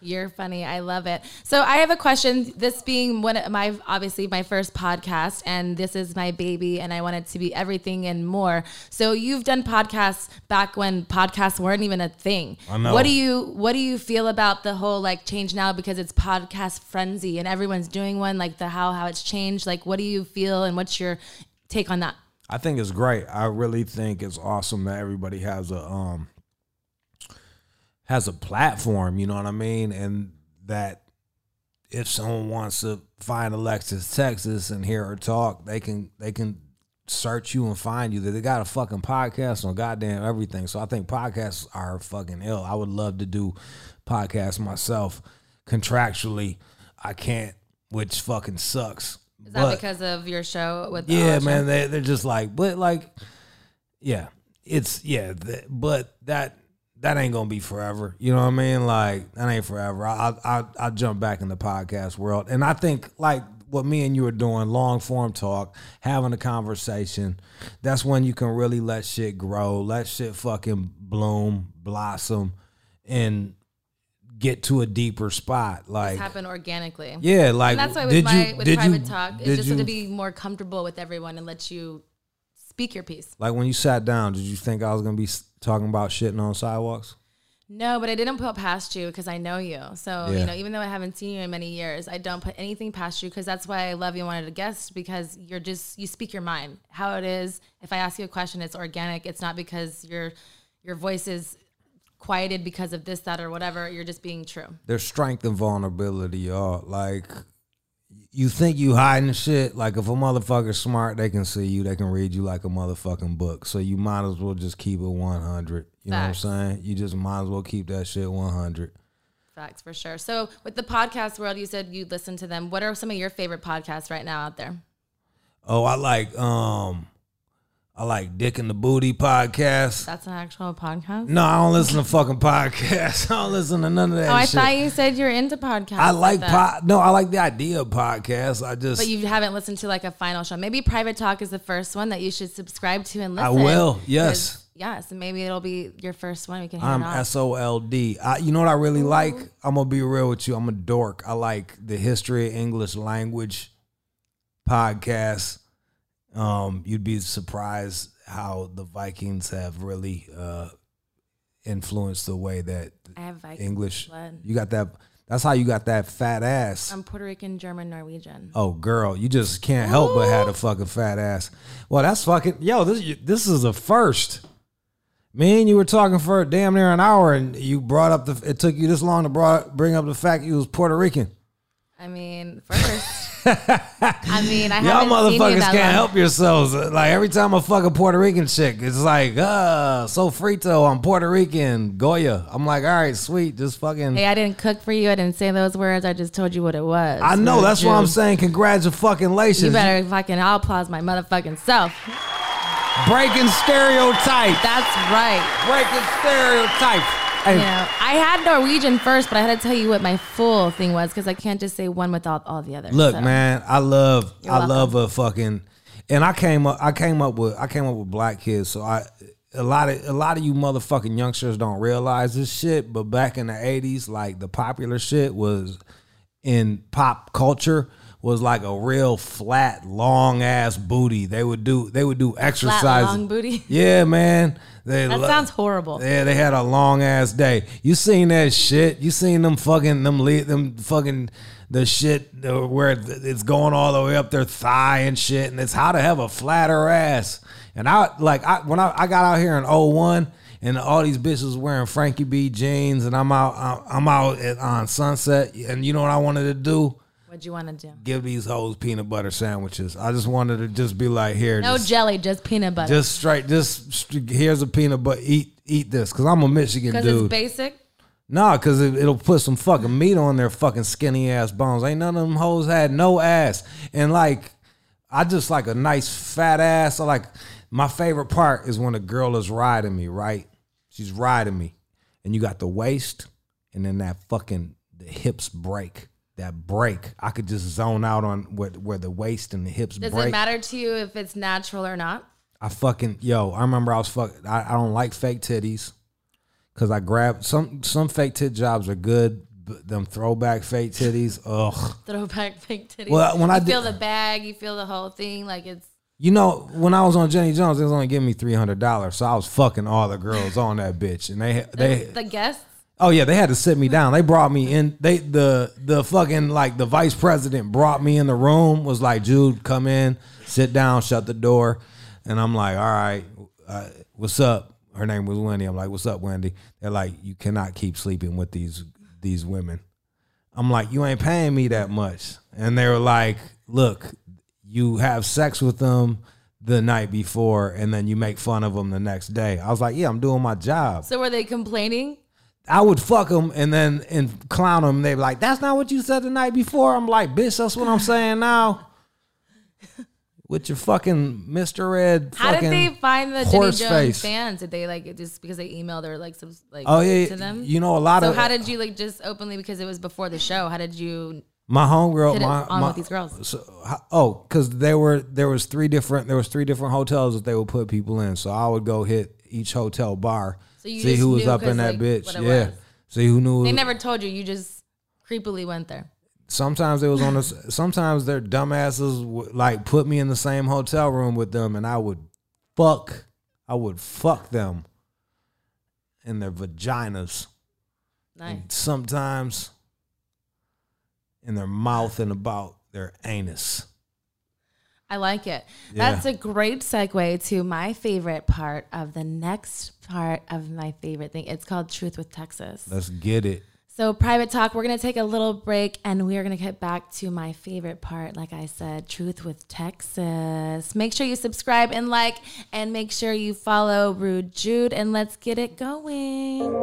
You're funny. I love it. So I have a question. This being one of my obviously my first podcast, and this is my baby, and I want it to be everything and more. So you've done podcasts back when podcasts weren't even a thing.
I know.
What do you What do you feel about the whole like change now because it's podcast frenzy and everyone's doing one? Like the how how it's changed. Like what do you feel and what's your take on that?
I think it's great. I really think it's awesome that everybody has a um has a platform, you know what I mean? And that if someone wants to find Alexis Texas and hear her talk, they can they can search you and find you. They got a fucking podcast on goddamn everything. So I think podcasts are fucking ill. I would love to do podcasts myself. Contractually, I can't, which fucking sucks.
Is that because of your show with the
Yeah,
Alex
man,
show?
they they're just like, but like, yeah, it's yeah, th- but that that ain't gonna be forever. You know what I mean? Like that ain't forever. I I I, I jump back in the podcast world, and I think like what me and you are doing, long form talk, having a conversation. That's when you can really let shit grow, let shit fucking bloom, blossom, and get to a deeper spot. Like
happen organically.
yeah, like
And that's why with
did
my
you
with
did
private
you,
talk,
did
it's just
you-
to be more comfortable with everyone and let you speak your piece.
Like when you sat down, did you think I was gonna be s- talking about shitting on sidewalks?
No, but I didn't put past you because I know you. So
Yeah.
you know, even though I haven't seen you in many years, I don't put anything past you because that's why I love you. and Wanted to guest because you're just you speak your mind how it is. If I ask you a question, it's organic. It's not because your your voice is quieted because of this, that, or whatever. You're just being true.
There's strength and vulnerability, y'all. Like you think you hiding shit. Like if a motherfucker's smart, they can see you, they can read you like a motherfucking book. So you might as well just keep it 100. You
Facts.
know what I'm saying? You just might as well keep that shit 100.
Facts for sure. So with the podcast world, you said you listen to them. What are some of your favorite podcasts right now out there?
Oh, I like um, I like Dick and the Booty podcast.
That's an actual podcast.
No, I don't listen to fucking podcasts. I don't listen to none of that.
Oh, I
shit.
thought you said you're into podcasts.
I like
that.
pod. No, I like the idea of podcasts. I just
But you haven't listened to like a final show. Maybe Private Talk is the first one that you should subscribe to and listen.
I will. Yes.
'Cause- Yes, and maybe it'll be your first one. We can hit
I'm
it off.
S O L D. I You know what I really like? I'm gonna be real with you. I'm a dork. I like the history of English language podcasts. Um, you'd be surprised how the Vikings have really uh, influenced the way that
I have Viking
English.
blood.
You got that. That's how you got that fat ass.
I'm Puerto Rican, German, Norwegian.
Oh, girl, you just can't help but have a fucking fat ass. Well, that's fucking yo. This this is a first. Me and you were talking for damn near an hour, and you brought up the. It took you this long to brought, bring up the fact you was Puerto Rican.
I mean, first. I mean, I haven't
Y'all
seen you
motherfuckers
that
can't
long.
help yourselves. Like every time a fucking Puerto Rican chick, it's like, uh, so frito. I'm Puerto Rican, Goya. I'm like, all right, sweet, just fucking.
Hey, I didn't cook for you. I didn't say those words. I just told you what it was.
I know
What a
that's why I'm
Jew.
saying congratulations.
You better fucking I'll applause my motherfucking self.
breaking stereotypes.
That's right.
breaking stereotypes. Hey,
You know, I had Norwegian first, but I had to tell you what my full thing was because I can't just say one without all the others.
Look,
So,
man, I love
You're
I
welcome.
love a fucking and I came up I came up with I came up with black kids, so I a lot of a lot of you motherfucking youngsters don't realize this shit, but back in the eighties, like the popular shit was in pop culture was like a real flat, long ass booty. They would do they would do exercises.
long booty?
Yeah, man. They
That
lo-
sounds horrible.
yeah, they had a long ass day. You seen that shit? You seen them fucking them lead them fucking the shit uh, where th- it's going all the way up their thigh and shit, and it's how to have a flatter ass. And I like I when I, I got out here in 01 and all these bitches wearing Frankie B jeans, and I'm out I'm- I'm out at, on Sunset, and you know what I wanted to do?
What'd you want to do?
Give these hoes peanut butter sandwiches. I just wanted to just be like here,
No
just,
jelly, just peanut butter.
just straight, just st- here's a peanut butter. Eat eat this, cause I'm a Michigan
Because
dude.
it's basic.
Nah, cause it, it'll put some fucking meat on their fucking skinny ass bones. Ain't none of them hoes had no ass, and like, I just like a nice fat ass. I like my favorite part is when a girl is riding me, right? She's riding me, and you got the waist, and then that fucking the hips break. That break, I could just zone out on where, where the waist and the hips
Does
break.
it matter to you if it's natural or not?
I fucking yo, I remember I was fuck. I, I don't like fake titties because I grabbed some some fake tit jobs are good, but them throwback fake titties, ugh.
Throwback fake titties.
Well, when
you
I did-
feel the bag, you feel the whole thing. Like it's
You know, when I was on Jenny Jones, they was only giving me three hundred dollars, so I was fucking all the girls on that bitch, and they they
the guests.
oh yeah, they had to sit me down. They brought me in. They the the fucking like the vice president brought me in the room. Was like, Jude, come in, sit down, shut the door, and I'm like, all right, uh, what's up? Her name was Wendy. I'm like, what's up, Wendy? They're like, you cannot keep sleeping with these these women. I'm like, you ain't paying me that much. And they were like, look, you have sex with them the night before and then you make fun of them the next day. I was like, yeah, I'm doing my job.
So were they complaining?
I would fuck them and then and clown them. They'd be like, "That's not what you said the night before." I'm like, "Bitch, that's what I'm saying now." with your fucking Mr. Red.
How did
fucking
they find the Jenny
horse
Jones
face.
fans? Did they like just because they emailed or like subs, like
Oh, yeah,
to them?
you know, a lot
so
of-
how did you like just openly because it was before the show? How did you
My homegirl,
hit
my,
it on
my-
with these girls?
So, ho- oh, because there were there was three different there was three different hotels that they would put people in. So I would go hit each hotel bar,
So you
see
just
who was
knew
up
'cause,
in that
like,
bitch,
what it
yeah.
was.
See who knew.
They never told you. You just creepily went there.
sometimes they was on the. Sometimes their dumbasses would, like put me in the same hotel room with them, and I would fuck. I would fuck them in their vaginas. Mm.
Nice.
Sometimes in their mouth and about their anus.
I like it.
Yeah.
That's a great segue to my favorite part of the next part of my favorite thing. It's called Truth with Texas.
Let's get it.
So, private talk, we're going to take a little break and we are going to get back to my favorite part. Like I said, Truth with Texas. Make sure you subscribe and like, and make sure you follow Rude Jude, and let's get it going.